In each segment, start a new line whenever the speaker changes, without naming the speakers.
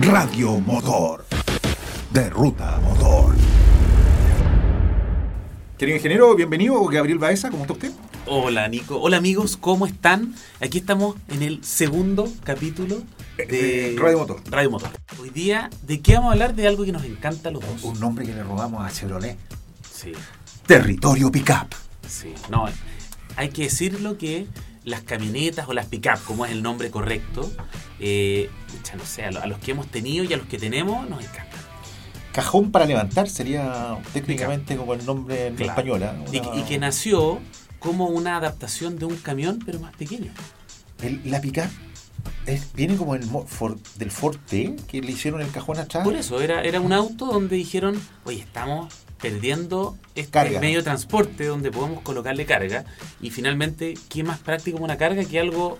Radio Motor. De Ruta Motor. Querido ingeniero, bienvenido. Gabriel Baeza, ¿cómo está usted?
Hola Nico, hola amigos, ¿cómo están? Aquí estamos en el segundo capítulo de
Eh, Radio Motor.
Radio Motor. Hoy día, ¿de qué vamos a hablar? De algo que nos encanta a los dos.
Un nombre que le robamos a Chevrolet.
Sí,
Territorio Pickup.
sí, no. Hay que decirlo que las camionetas o las pick-up, como es el nombre correcto, eh, pucha, no sé, a, lo- a los que hemos tenido y a los que tenemos nos encantan.
Cajón para levantar sería técnicamente como el nombre en
Claro.
español. ¿ah?
Y,
Una-
y que nació como una adaptación de un camión, pero más pequeño.
el- la pica viene como el mo- for- del Forte que le hicieron el cajón atrás.
Por eso, era, era un auto donde dijeron, oye, estamos perdiendo este
Carga.
medio de transporte donde podemos colocarle carga. Y finalmente, ¿qué más práctico una carga que algo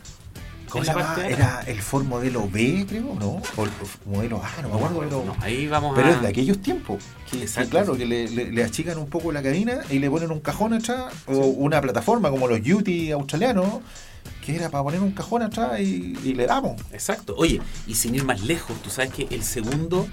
¿Cómo
en
se
la
llamaba?
parte de atrás?
Era el Ford modelo B, creo, ¿no? O el F- modelo A, no me acuerdo, pero,
No, ahí vamos
pero
a...
es de aquellos tiempos. Que, que
Ah. Exacto.
claro, que le, le- le achican un poco la cabina y le ponen un cajón atrás o una plataforma como los Duty australianos, que era para poner un cajón atrás y, y le damos.
Exacto. Oye, y sin ir más lejos, tú sabes que el segundo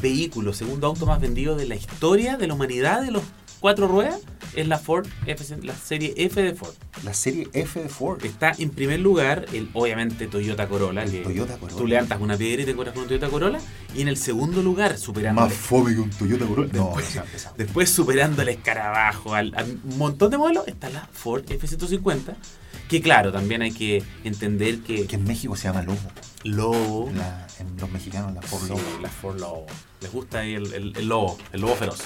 vehículo, segundo auto más vendido de la historia de la humanidad de los cuatro ruedas es la Ford F, la serie F de Ford.
La serie F de Ford.
Está en primer lugar el obviamente Toyota Corolla, que
Toyota Corolla.
tú levantas una piedra y te encuentras con un Toyota Corolla, y en el segundo lugar superando
Más fome que un Toyota Corolla. No, esa- esa-
después superando al escarabajo, al, a un montón de modelos, está la Ford F150, que claro, también hay que entender que,
que en México se llama lobo.
lobo,
La- en los mexicanos la por
Uh. Sí,
lobo.
la Ford Lobo. Les gusta ahí el, el- el lobo, el lobo feroz.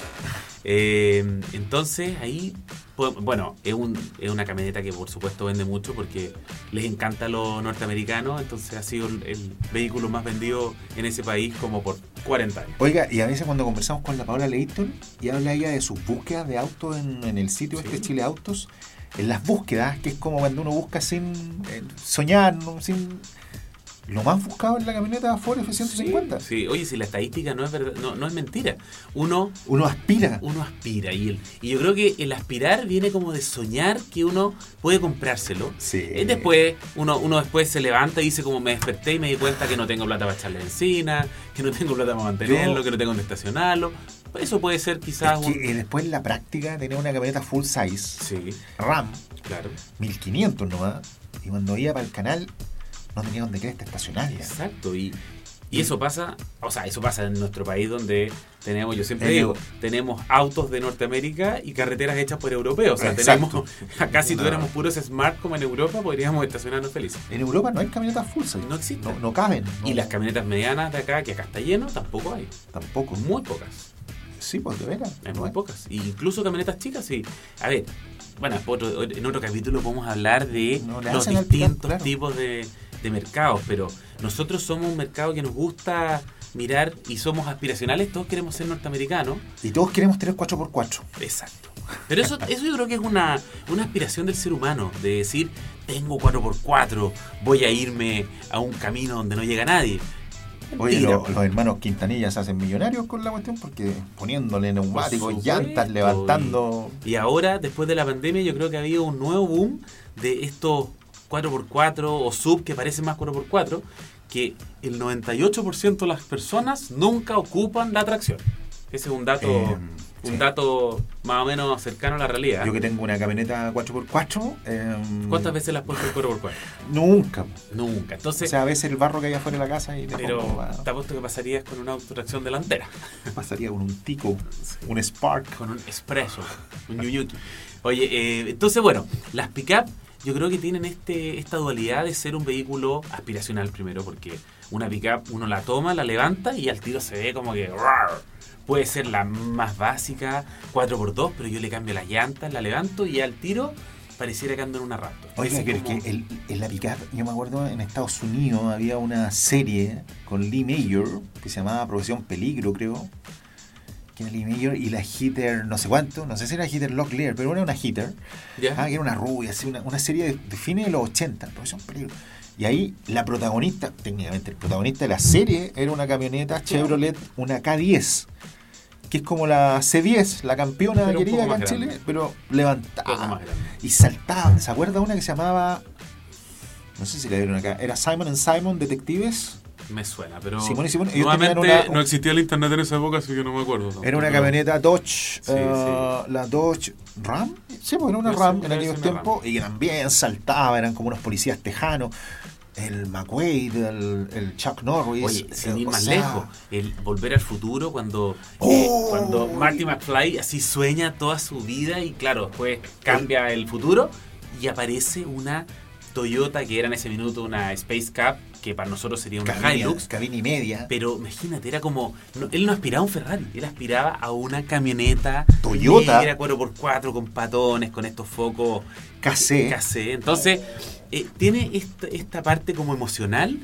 Eh, entonces ahí, po- bueno, es, un- es una camioneta que por supuesto vende mucho porque les encanta lo norteamericano, entonces ha sido el, el vehículo más vendido en ese país como por 40 años.
Oiga, y a veces cuando conversamos con la Paola Leighton y habla ella de sus búsquedas de autos en, en el sitio
Sí.
este Chile Autos, en las búsquedas, que es como cuando uno busca sin eh, soñar, ¿no? sin... Lo más buscado en la camioneta Ford F-150.
Sí, oye, si la estadística no es, verdad, no, no es mentira, uno,
Uno aspira.
uno aspira y, el, y yo creo que el aspirar viene como de soñar que uno puede comprárselo.
Sí.
Y Eh, después, uno, uno después se levanta y dice como me desperté y me di cuenta que no tengo plata para echarle encina, que no tengo plata para mantenerlo,
Yo-
que no tengo donde estacionarlo. Eso puede ser quizás
Es
un...
que, eh, después en la práctica tenía una camioneta full size,
Sí,
RAM,
claro.
1500 nomás, y cuando iba para el canal no tenía donde cresta estacionaria.
Exacto. Y, y eso pasa, o sea, eso pasa en nuestro país donde tenemos, yo siempre
En
digo, tenemos autos de Norteamérica y carreteras hechas por europeos. O sea,
Exacto.
tenemos, acá si
No.
tuviéramos puros smart como en Europa, podríamos estacionarnos felices.
En Europa no hay camionetas full size.
No existen.
No, no caben. no-
Y las camionetas medianas de acá, que acá está lleno, tampoco hay.
Tampoco.
Muy pocas.
Sí, pues de veras.
Hay
No
muy
hay.
pocas. Y incluso camionetas chicas, sí. A ver, bueno, después otro- en otro capítulo podemos hablar de
No le
los
hacen al picante,
distintos
claro.
tipos de, de mercados, pero nosotros somos un mercado que nos gusta mirar y somos aspiracionales, todos queremos ser norteamericanos.
Y todos queremos tener 4x4.
Exacto. Pero eso, eso yo creo que es una, una aspiración del ser humano, de decir, tengo 4x4, voy a irme a un camino donde no llega nadie.
Oye,
Mentira,
lo-
po.
los hermanos Quintanilla se hacen millonarios con la cuestión porque poniéndole neumáticos,
supuesto,
llantas, levantando.
Y ahora, después de la pandemia, yo creo que ha habido un nuevo boom de estos 4x4 o sub que parecen más 4x4, que el 98% de las personas nunca ocupan la tracción. Ese es un dato,
Eh,
un
sí.
dato más o menos cercano a la realidad.
Yo que tengo una camioneta 4x4. eh,
¿Cuántas veces las puesto el 4x4?
Nunca.
Nunca.
O
Entonces,
sea, a veces el barro que hay afuera de la casa y le pongo
pero
a-
te apuesto que pasarías con una autotracción delantera.
pasaría con un tico, un spark.
con un espresso, un yuyuki. Oye, eh, entonces bueno, las pick-up yo creo que tienen este, esta dualidad de ser un vehículo aspiracional primero, porque una pick-up uno la toma, la levanta y al tiro se ve como que... ¡rar! Puede ser la más básica, 4x2, pero yo le cambio las llantas, la levanto y al tiro pareciera que ando en una Raptor.
Oiga,
Así
pero es
como-
que el, el la pickup, yo me acuerdo en Estados Unidos había una serie con Lee Mayer que se llamaba Profesión Peligro, creo. Que era Lee Mayer y la hitter, no sé cuánto, no sé si era hitter Locklear, pero era una hitter.
¿Ya?
Ah, que era una rubia, así, una, una serie de, de fines de los 80, Profesión Peligro. Y ahí la protagonista, técnicamente el protagonista de la serie era una camioneta Chevrolet, una K10. Que es como la C10, la campeona
Pero un
querida acá
poco
en
más
Chile,
grande.
pero
Cosa
levantada.
más grande.
Y saltaba, ¿se acuerda una que se llamaba? No sé si la vieron acá. Era Simon and Simon Detectives.
Me suena, pero.
Simón y Simón, ellos
nuevamente,
tenían una- un-
no existía el internet en esa época, así que no me acuerdo. tampoco,
Era una
pero-
camioneta Dodge,
Sí,
eh, la Dodge Ram, sí, pues era una
Debe
Ram
ser-
en
debe
aquellos
ser una
tiempos, y también saltaba, eran como unos policías tejanos, el McQuaid, el, el Chuck Norris.
Oye, sin
eh,
ir
o
más
sea,
lejos, el volver al futuro cuando, eh,
¡Oh!
cuando Marty McFly así sueña toda su vida y claro, después cambia el futuro y aparece una Toyota que era en ese minuto una Space Cup, que para nosotros sería una
cabina-
Hilux.
cabina y media.
Pero imagínate, era como. no, él no aspiraba a un Ferrari, él aspiraba a una camioneta.
Toyota.
Era 4x4 con patones, con estos focos
Casé.
casé. Entonces, eh, tiene esta, esta parte como emocional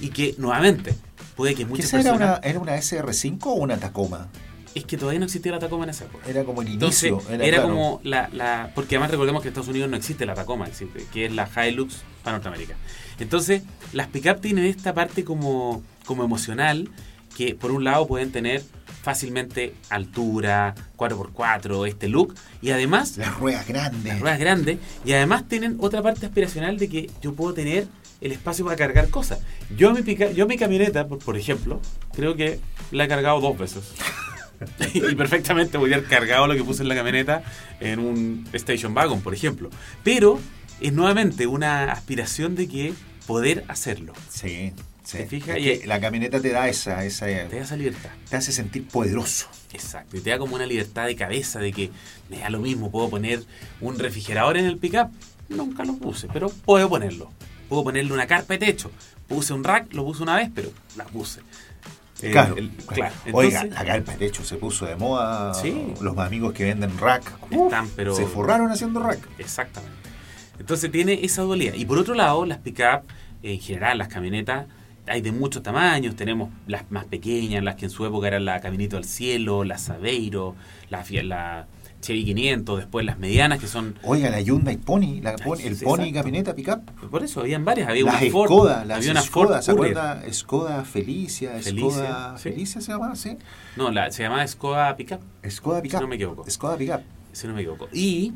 y que, nuevamente, puede que
¿Qué
muchas
esa era
personas...
una, era una SR5 o una Tacoma?
Es que todavía no existía la Tacoma en esa época.
Era como el
Entonces,
inicio.
era,
claro.
como la, la- Porque además recordemos que en Estados Unidos no existe la Tacoma, existe, que es la Hilux para Norteamérica. Entonces, las pick-up tienen esta parte como, como emocional, que por un lado pueden tener fácilmente altura, 4x4, este look, y además
Las ruedas grandes.
las ruedas grandes y además tienen otra parte aspiracional de que yo puedo tener el espacio para cargar cosas. Yo mi, pica- yo mi camioneta, por, por ejemplo, creo que la he cargado dos veces. y perfectamente voy a haber cargado lo que puse en la camioneta en un station wagon, por ejemplo. Pero es nuevamente una aspiración de que poder hacerlo.
Sí, sí.
¿Te fijas?
Es
Y-
que la camioneta te da esa, esa eh,
Te
te,
da esa libertad.
hace sentir poderoso.
Exacto, y te da como una libertad de cabeza de que me da lo mismo, puedo poner un refrigerador en el pickup, nunca lo puse, pero puedo ponerlo. Puedo ponerle una carpa de techo, puse un rack, lo puse una vez, pero la puse. El-
claro,
el-
claro.
claro.
Oiga,
Entonces,
la carpa de techo se puso de moda.
Sí.
Los amigos que venden rack.
Están, pero-
Se forraron haciendo rack.
Exactamente. Entonces tiene esa dualidad. Y por otro lado, las pickup, en general, las camionetas, hay de muchos tamaños. Tenemos las más pequeñas, las que en su época eran la Caminito al Cielo, la Saveiro, la, Fiat- la Chevy 500, después las medianas que son
Oiga, la Hyundai Pony, la pon-
sí,
el
sí,
Pony
exacto.
camioneta pickup.
Pues Por eso, habían varias. Había
Las
una Ford.
Skoda, las
había una
Skoda,
Ford
¿se
Courier.
acuerda? Skoda Felicia,
Felicia,
Skoda
sí.
Felicia se llamaba, sí.
No, la, se llamaba Skoda Pickup,
Skoda
si
Pickup.
no me equivoco.
Skoda Pickup.
Si no me equivoco. Y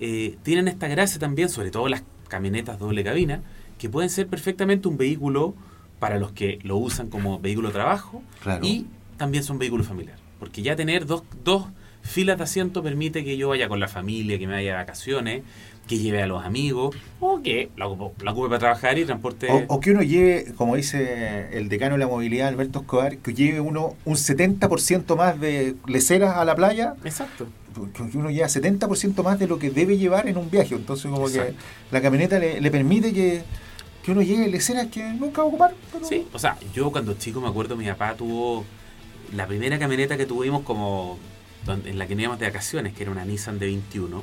eh, tienen esta gracia también, sobre todo las camionetas doble cabina, que pueden ser perfectamente un vehículo para los que lo usan como vehículo de trabajo
Claro.
y también son vehículo familiar. Porque ya tener dos, dos filas de asiento permite que yo vaya con la familia, que me vaya de vacaciones, que lleve a los amigos o que la, ocupo- la ocupe para trabajar y transporte.
O, o que uno lleve, como dice el decano de la movilidad, Alberto Escobar, que lleve uno un 70% más de leceras a la playa,
Exacto.
que uno lleva 70% más de lo que debe llevar en un viaje. Entonces, como
Exacto.
que la camioneta le, le permite que, que uno lleve leceras que nunca va a ocupar. pero-
Sí, o sea, yo cuando chico me acuerdo, mi papá tuvo la primera camioneta que tuvimos como donde- en la que nos íbamos de vacaciones, que era una Nissan de 21,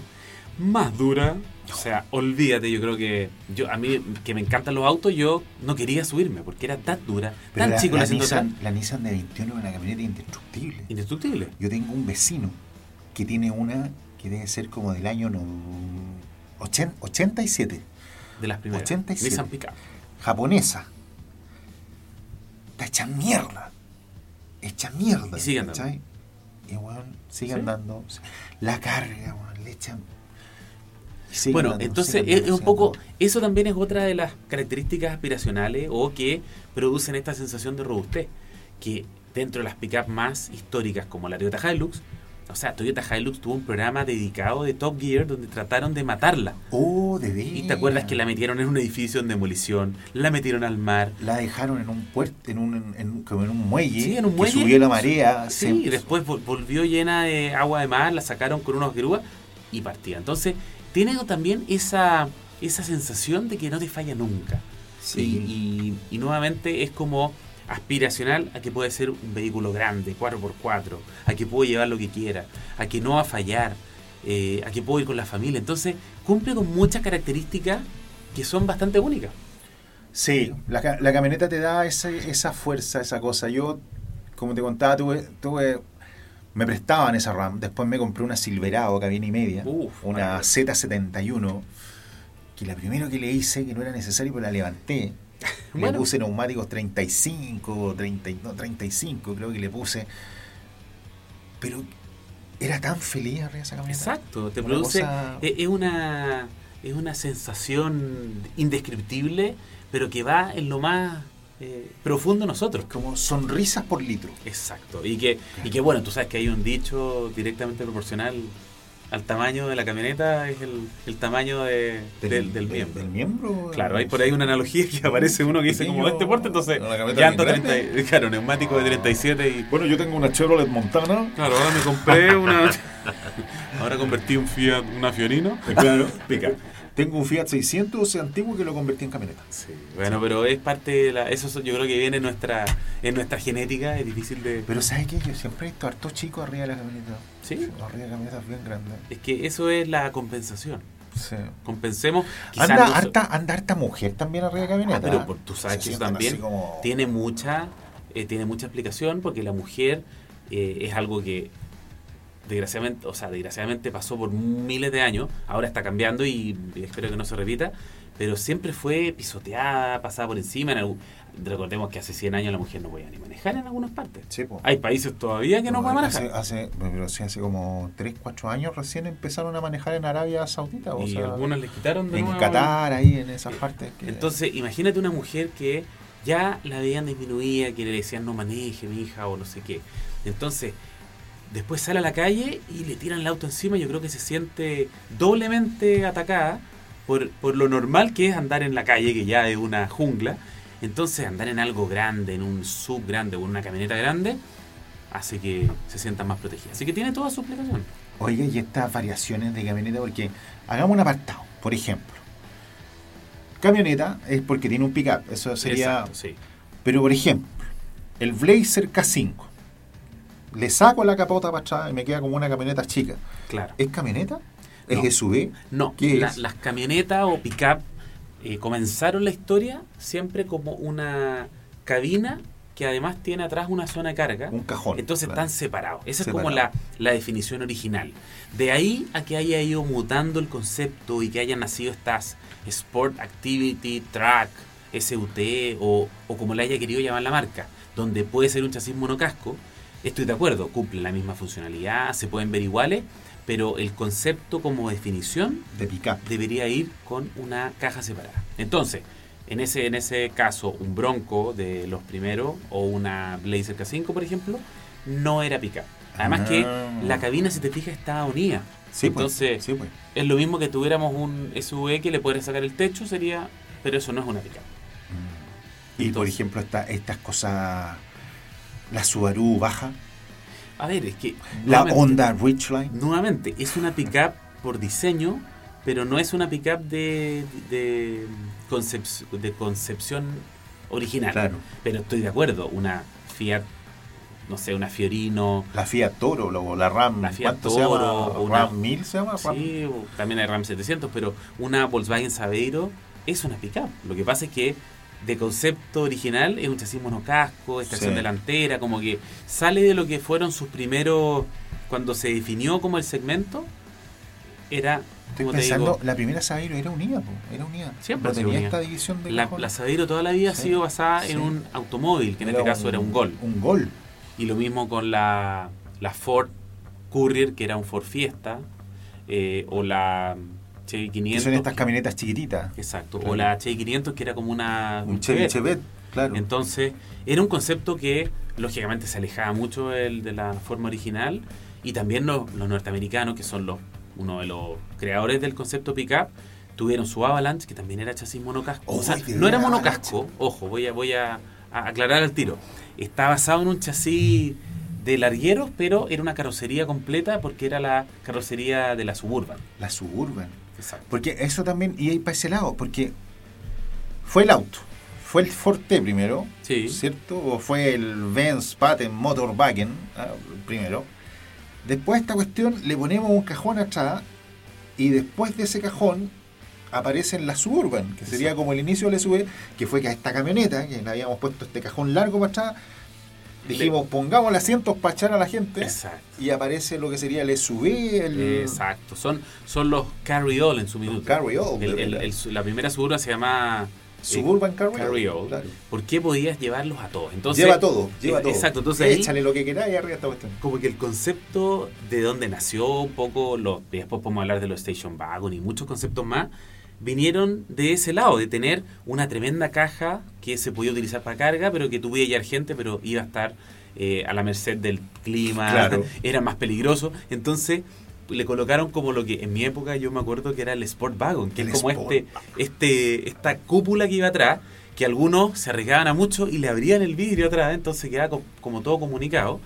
más dura. O sea, olvídate, yo creo que yo a mí que me encantan los autos, yo no quería subirme porque era tan dura,
Pero
tan
la,
chico el
la
asiento
Nissan,
atrás,
la Nissan de 21 es una camioneta indestructible.
indestructible.
Yo tengo un vecino que tiene una que debe ser como del año no, ochen- 87.
De las primeras.
87.
Nissan Pickup.
japonesa. Está hecha mierda. Hecha mierda.
Y sigue andando.
¿cachai? Y weón, sigue
¿Sí?
andando. La carga, weón, le echan. y sigue
Bueno,
andando,
entonces
sigue
es,
andando,
es un
sigue
poco,
andando.
eso también es otra de las características aspiracionales o que producen esta sensación de robustez, que dentro de las pickup más históricas como la Toyota Hilux, o sea, Toyota Hilux tuvo un programa dedicado de Top Gear donde trataron de matarla.
Oh, de veras.
¿Y te acuerdas que la metieron en un edificio en demolición, la metieron al mar?
La dejaron en un puerto, en un, en, en- como en un muelle.
Sí, en un
que
muelle.
subió la marea.
Sí,
se-
y después vol- volvió llena de agua de mar, la sacaron con unos grúas y partía. Entonces, tiene también esa, esa sensación de que no te falla nunca.
Sí.
Y, y- y nuevamente es como aspiracional a que puede ser un vehículo grande, 4x4, a que puedo llevar lo que quiera, a que no va a fallar, eh, a que puedo ir con la familia. Entonces cumple con muchas características que son bastante únicas.
Sí, la, ca- la camioneta te da ese- esa fuerza, esa cosa. Yo, como te contaba, tuve, tuve- me prestaban esa RAM. Después me compré una Silverado, cabina y media.
Uf,
una
maravilla.
Z71. Que la primero que le hice, que no era necesario, pero la levanté. Le
Bueno.
puse neumáticos 35, 30, y- no, 35 creo que le puse. Pero era tan feliz arriba de esa camioneta.
Exacto, te
Una
produce.
cosa-
e- Es una, es una sensación indescriptible, pero que va en lo más eh, profundo nosotros.
Como sonrisas por litro.
Exacto. Y que, y que bueno, tú sabes que hay un dicho directamente proporcional al tamaño de la camioneta, es el, el tamaño de- del, del miembro.
Del miembro. eh.
Claro, hay por ahí una analogía que aparece uno que dice como
Pequeño,
este porte, entonces
una camioneta
llanta
bien
30, claro, neumático de 37 y
Bueno, yo tengo una Chevrolet Montana.
claro, ahora me compré una ahora convertí un Fiat una Fiorino.
Claro, pica. Tengo un Fiat 600 antiguo que lo convertí en camioneta.
Sí, bueno, pero es parte de la eso so- yo creo que viene en nuestra en nuestra genética, es difícil de
Pero ¿sabes qué? Yo siempre he visto hartos chicos arriba de las camionetas.
Sí.
Arriba de camionetas bien grandes.
es que eso es la compensación.
Sí.
Compensemos quizás
Anda,
no so-
harta, anda harta mujer también arriba de camioneta. ¿eh?
Ah, pero por- tú sabes
Se
que eso
sientan así
también
como-
tiene mucha eh, tiene mucha explicación porque la mujer eh, es algo que desgraciadamente o sea desgraciadamente pasó por miles de años ahora está cambiando y espero que no se repita pero siempre fue pisoteada pasada por encima en algún- recordemos que hace 100 años la mujer no podía ni manejar en algunas partes
Sí, po.
hay países todavía que no, pueden
hace,
manejar
hace, pero sí, hace como 3, 4 años recién empezaron a manejar en Arabia Saudita. O
y
sea,
algunas les quitaron de
en
nuevo.
Qatar, ahí en esas partes. que-
Entonces, imagínate una mujer que ya la veían disminuida, que le decían no maneje, mi hija, o no sé qué. Entonces, después sale a la calle y le tiran el auto encima. Yo creo que se siente doblemente atacada por, por lo normal que es andar en la calle, que ya es una jungla. Entonces, andar en algo grande, en un sub grande o en una camioneta grande, hace que se sientan más protegidas. Así que tiene toda su explicación.
Oiga, y estas variaciones de camioneta, porque hagamos un apartado, por ejemplo. Camioneta es porque tiene un pickup, eso sería.
Exacto, sí.
Pero por ejemplo, el Blazer K5. Le saco la capota para atrás y me queda como una camioneta chica.
Claro.
¿Es camioneta?
No.
¿Es SUV?
No,
¿Qué
la-
es?
las camionetas o pick-up eh, comenzaron la historia siempre como una cabina que además tiene atrás una zona de carga.
Un cajón.
Entonces
claro.
están separados. Esa
Separado.
es como la, la definición original. De ahí a que haya ido mutando el concepto y que hayan nacido estas Sport Activity, Track, SUT o, o como le haya querido llamar la marca, donde puede ser un chasis monocasco. Estoy de acuerdo, cumplen la misma funcionalidad, se pueden ver iguales, pero el concepto como definición
de pickup.
debería ir con una caja separada. Entonces, en ese, en ese caso, un Bronco de los primeros o una Blazer K5, por ejemplo, no era pick-up. Además
Ah.
que la cabina, si te fijas, está unida.
Sí, pues,
Entonces,
sí, pues.
es lo mismo que tuviéramos un SUV que le podrías sacar el techo, sería... Pero eso no es una pick-up.
Y por
entonces-
ejemplo, esta- estas cosas. La Subaru baja.
A ver, es que...
La
nuevamente-
Honda Ridgeline.
Nuevamente, es una pickup por diseño, pero no es una pickup de, de, concep- de concepción original.
Claro.
Pero estoy de acuerdo, una Fiat, no sé, una Fiorino,
La Fiat Toro, la, o la Ram.
La Fiat
¿cuánto
Toro,
se llama?
una-
¿Ram 1000 se llama? Ram-
sí, o también hay Ram 700, pero una Volkswagen Sabeiro es una pickup. Lo que pasa es que de concepto original es un chasis monocasco, estación
Sí.
delantera, como que sale de lo que fueron sus primeros, cuando se definió como el segmento, era...
Estoy
como te
pensando,
digo,
la primera Sabeiro era unida, po, era unida.
Siempre
no
ha sido
tenía
unida.
esta división de
La,
cajón.
la Sabeiro toda la vida
Sí,
ha sido basada
sí.
en un automóvil, que en este caso era un Gol.
Un gol.
Y lo mismo con la, la Ford Courier, que era un Ford Fiesta, eh, o la Chevy
Que son
500.
estas camionetas chiquititas.
Exacto,
Claro.
o la Chevy 500, que era como una...
Un Chevy
Chevette.
Chevette, claro.
Entonces, era un concepto que lógicamente se alejaba mucho del- de la forma original y también los, los norteamericanos, que son los uno de los creadores del concepto pickup, tuvieron su Avalanche, que también era chasis monocasco.
Oh,
o sea,
ay, de
no era
veras,
monocasco, ojo, voy a, voy a, a aclarar al tiro. Está basado en un chasis de largueros, pero era una carrocería completa porque era la carrocería de la Suburban.
la Suburban.
Exacto.
Porque eso también y ahí para ese lado, porque fue el auto. Fue el Forte primero,
Sí.
¿cierto? O fue el Benz Patent Motorwagen ah, primero. Después a esta cuestión le ponemos un cajón atrás y después de ese cajón aparecen la Suburban, que sería
Exacto.
como el inicio del SUV, que fue que a esta camioneta, que le habíamos puesto este cajón largo para atrás, dijimos pongamos asientos para echar a la gente
Exacto.
y aparece lo que sería el SUV, el
Eh, Exacto, son, son los carry all en su minuto.
carry all,
El- el- el- la primera Suburban se llama
Suburban Carry,
carry all.
claro.
porque podías llevarlos a todos. Entonces, eh,
lleva todo, lleva todo.
Exacto, entonces ahí-
échale lo que queráis arriba esta cuestión.
como que el concepto de dónde nació un poco, los, después podemos hablar de los station wagon y muchos conceptos más, vinieron de ese lado, de tener una tremenda caja que se podía utilizar para carga, pero que tuviera ya gente, pero iba a estar eh, a la merced del clima,
Claro.
era más peligroso. Entonces le colocaron como lo que en mi época yo me acuerdo que era el Sport Wagon, que
El
es como
Sport
este, este, esta cúpula que iba atrás, que algunos se arriesgaban a mucho y le abrían el vidrio atrás, entonces quedaba co- como todo comunicado.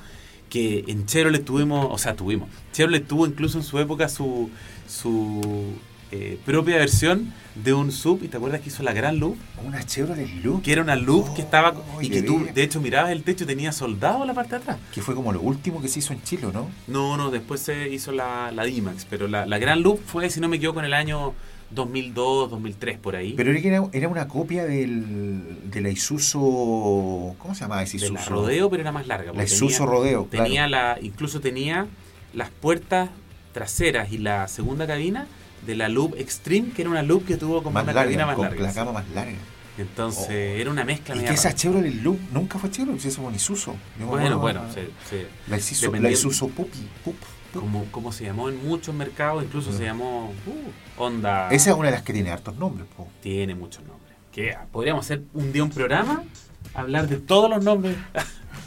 Que en Chevrolet tuvimos, o sea, tuvimos. Chevrolet tuvo incluso en su época su, su eh, propia versión de un sub, y te acuerdas que hizo la gran luz,
Una Chevrolet Loop.
que era una luz
Oh,
que estaba y
Oye,
que tú
bien.
de hecho mirabas el techo y tenía soldado la parte de atrás.
Que fue como lo último que se hizo en Chile, ¿no?
No, no, después se hizo la, la D-Max, pero la, la gran luz fue, si no me equivoco, en el año 2002, 2003, por ahí.
Pero era, que era, era una copia del, de la Isuzu. ¿Cómo se llamaba ese
de
Isuzu?
la rodeo, pero era más
La
larga. porque
Isuzu
tenía-
Rodeo, claro.
tenía la incluso tenía las puertas traseras y la segunda cabina de la Loop Extreme que era una Loop que tuvo como
más
una
larga,
cabina más
con
larga
la cama más larga.
entonces
Oh.
era una mezcla
Y
media
que esa
rara.
Chevrolet Loop nunca fue Chevrolet, se hizo con Isuzu. Yo me
bueno
acuerdo,
bueno
ah,
se- se-
La Isuzu, la
dependiendo-
Isuzu Pupi. Pup, Pup.
como, como se llamó en muchos mercados incluso
Mm.
se llamó uh, Honda
Esa es una de las que tiene hartos nombres. po.
tiene muchos nombres que ah, podríamos hacer un día un programa hablar de todos los nombres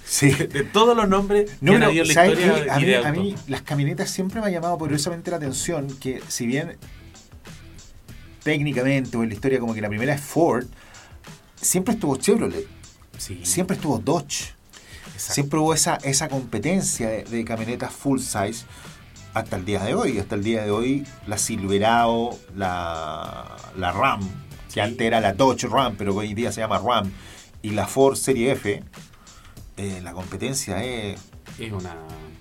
Sí.
de todos los nombres
No,
que han
pero,
habido en la
¿sabes
historia
qué? A,
y
mí,
de
a
auto.
mí las camionetas siempre me ha llamado poderosamente la atención que si bien técnicamente o en la historia como que la primera es Ford, siempre estuvo Chevrolet,
sí,
siempre estuvo Dodge,
exacto.
siempre hubo esa, esa competencia de, de camionetas full size hasta el día de hoy. Hasta el día de hoy la Silverado, la, la Ram, que
Sí.
antes era la Dodge Ram, pero que hoy día se llama Ram, y la Ford Serie F, eh, la competencia es...
es una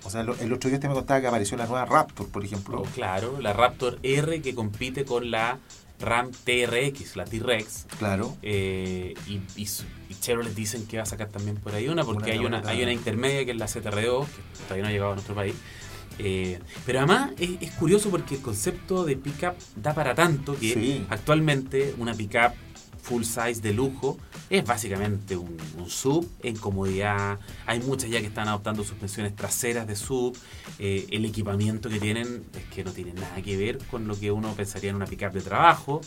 O sea, lo- el otro día usted me contaba que apareció la nueva Raptor, por ejemplo.
Oh, claro, la Raptor R que compite con la RAM TRX, la T-Rex.
Claro.
eh, y, y, su- y Chevrolet dicen que va a sacar también por ahí una, porque
Una
hay, una,
camioneta.
hay una intermedia que es la ZR2, que todavía no ha llegado a nuestro país. Eh, pero además es, es curioso porque el concepto de pickup da para tanto que
Sí.
actualmente una pickup full size de lujo es básicamente un, un sub en comodidad. Hay muchas ya que están adoptando suspensiones traseras de sub. Eh, el equipamiento que tienen es que no tiene nada que ver con lo que uno pensaría en una pickup de trabajo.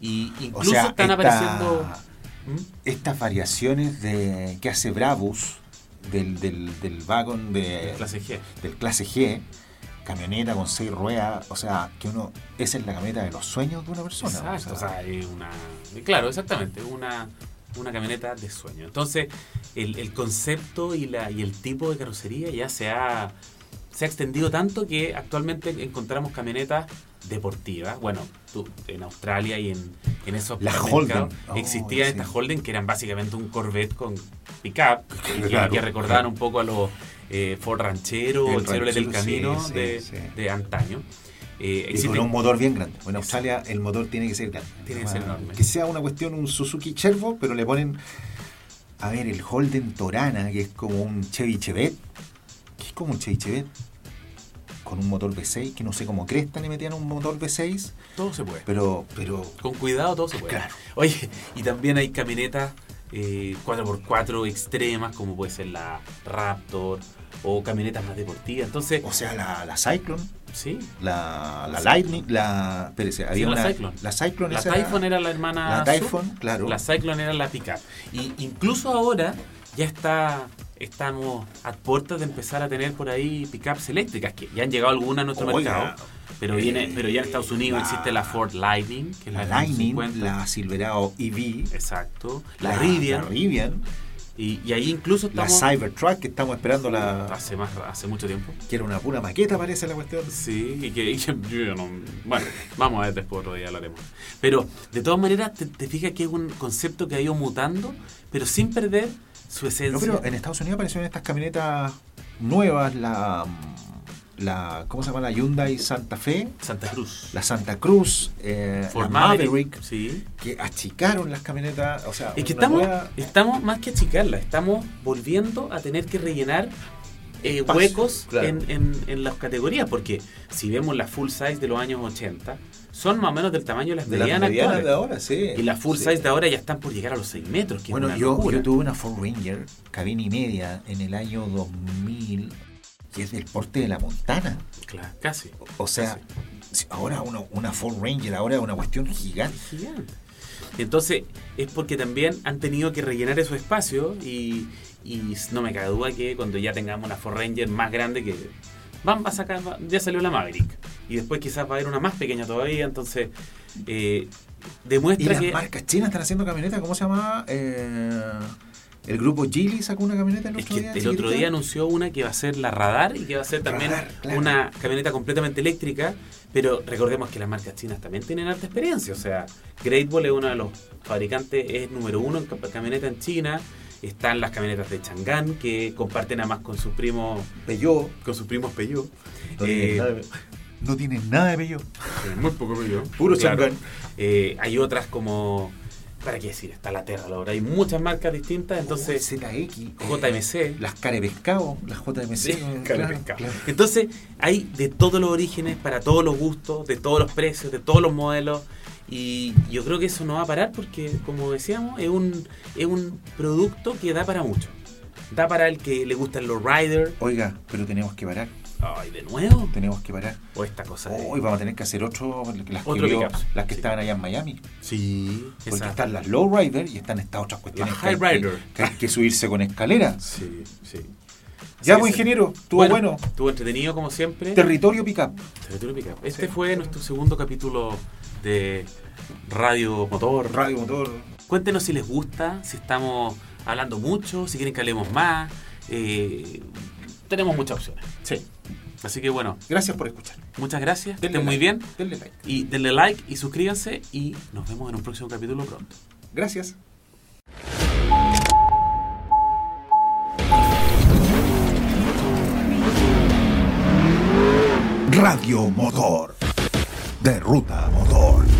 Y
O
incluso
sea,
están
esta-
apareciendo. ¿Mm?
Estas variaciones de que hace Brabus del, del, del wagon de,
De clase G.
del clase G, camioneta con seis ruedas, o sea, que uno. Esa es la camioneta de los sueños de una persona.
Exacto, pues, o sea, es una. Claro, exactamente, una, una camioneta de sueño. Entonces, el, el concepto y, la, y el tipo de carrocería ya se ha, se ha extendido tanto que actualmente encontramos camionetas deportivas. Bueno, tú, en Australia y en, en esos
La
mercados
Holden. Oh,
existían
sí.
estas Holden que eran básicamente un Corvette con pickup, eh, que-
Claro,
que recordaban
claro.
un poco a los eh, Ford Ranchero o
El
el Chevrolet del
Ranchero, sí,
Camino
sí,
de,
sí.
de antaño. Eh,
Y
existen-
con un motor bien grande. En
Exacto.
Australia el motor tiene que ser grande.
Tiene que ser enorme.
Que sea una cuestión, un Suzuki Chervo, pero le ponen. A ver, el Holden Torana, que es como un Chevy Chevette. Que es como un Chevy Chevette. Con un motor V6, que no sé cómo cresta le metían un motor V6.
todo se puede.
Pero, pero.
Con cuidado todo se puede.
Claro.
Oye, y también hay camionetas eh, 4x4 extremas, como puede ser la Raptor, o camionetas más deportivas. Entonces,
O sea, la, la Cyclone,
sí.
la, la Lightning, la. Espérese, había
la
una.
Cyclone.
La Cyclone,
La
esa era-
Typhoon era la hermana.
La
Sub,
Typhoon, claro.
La Cyclone era la pickup. Y incluso ahora ya está estamos a puertas de empezar a tener por ahí pickups eléctricas, que ya han llegado algunas a nuestro
Oiga, eh,
mercado. Pero, viene, pero ya en Estados Unidos
la-
existe la Ford Lightning, que es la,
La Lightning,
50.
la Silverado EV.
Exacto. La, Rivian.
La Rivian.
Y, y ahí incluso
La
estamos.
Cybertruck que estamos esperando la.
hace, más, hace mucho tiempo.
Que era una pura maqueta, parece la cuestión.
Sí, y que, y que yo ya no- Bueno, vamos a ver después otro día lo haremos. Pero de todas maneras, te, te fijas que es un concepto que ha ido mutando, pero sin perder su esencia.
No, pero en Estados Unidos aparecieron estas camionetas nuevas, la. la ¿Cómo se llama? La Hyundai Santa Fe,
Santa Cruz.
la Santa Cruz, eh, la
Ford Maverick,
Maverick,
Sí.
que achicaron las camionetas. O sea,
Es que
una
estamos,
nueva-
estamos más que achicarla, estamos volviendo a tener que rellenar eh,
Espacio,
huecos
claro.
en, en- en las categorías, porque si vemos las full size de los años 80, son más o menos del tamaño de las
de las
medianas.
medianas
actuales.
de ahora, sí.
Y las full
Eh, Sí.
size de ahora ya están por llegar a los 6 metros. Que es
Bueno,
una
yo,
locura.
yo tuve una Ford Ranger, cabina y media, en el año 2000, que es del porte de la Montana.
Claro, casi.
O sea, si ahora uno- una Ford Ranger, ahora es una cuestión gigante.
gigante. Entonces, es porque también han tenido que rellenar esos espacios y, y no me cabe duda que cuando ya tengamos una Ford Ranger más grande que... Van a sacar, va- ya salió la Maverick. Y después quizás va a haber una más pequeña todavía, entonces... eh,
Y
demuestra
las
que...
marcas chinas están haciendo camionetas, ¿cómo se llama? Eh, el grupo Geely sacó una camioneta el
Es
otro
que
día.
el otro
chiquitita.
día anunció una que va a ser la radar y que va a ser también
Radar, claro.
una camioneta completamente eléctrica, pero recordemos que las marcas chinas también tienen alta experiencia, o sea, Great Wall es uno de los fabricantes, es número uno en cam- camioneta en China, están las camionetas de Chang'an que comparten además con sus primos,
Peugeot.
con sus primos Peugeot,
No tiene
Eh,
nada de- No tiene nada de bello.
tienen muy poco Peugeot,
Puro
claro.
Chang'an.
Eh, hay otras como, ¿para qué decir? Está la Terra, la verdad, hay muchas marcas distintas, entonces
Oh, ZX. eh,
JMC.
Las carepescado, las JMC.
Sí,
claro,
carepescado.
claro.
Entonces, hay de todos los orígenes, para todos los gustos, de todos los precios, de todos los modelos. Y yo creo que eso no va a parar porque, como decíamos, es un, es un producto que da para mucho. Da para el que le gustan los riders.
Oiga, pero tenemos que parar,
Ay, de nuevo.
tenemos que parar.
O esta cosa de...
Hoy vamos a tener que hacer otro, las que,
Otro
veo-
pickup.
las que
Sí.
estaban allá en Miami.
Sí,
Porque
esa.
están las lowrider y están estas otras cuestiones
Las
que hay
high
que-
rider.
que hay que subirse con escaleras.
Sí, sí.
Ya,
Sí,
pues,
sí.
ingeniero, estuvo bueno.
Estuvo entretenido como siempre.
Territorio pickup.
Territorio Pickup. Este fue nuestro segundo capítulo de Radio Motor.
Radio motor.
Cuéntenos si les gusta, si estamos hablando mucho, si quieren que hablemos más. eh, tenemos muchas opciones. Sí. Así que bueno,
Gracias por escuchar.
muchas gracias. Que
Denle
estén muy
like,
bien.
Denle like.
Y denle like y suscríbanse y nos vemos en un próximo capítulo pronto.
Gracias.
Radio Motor. De Ruta Motor.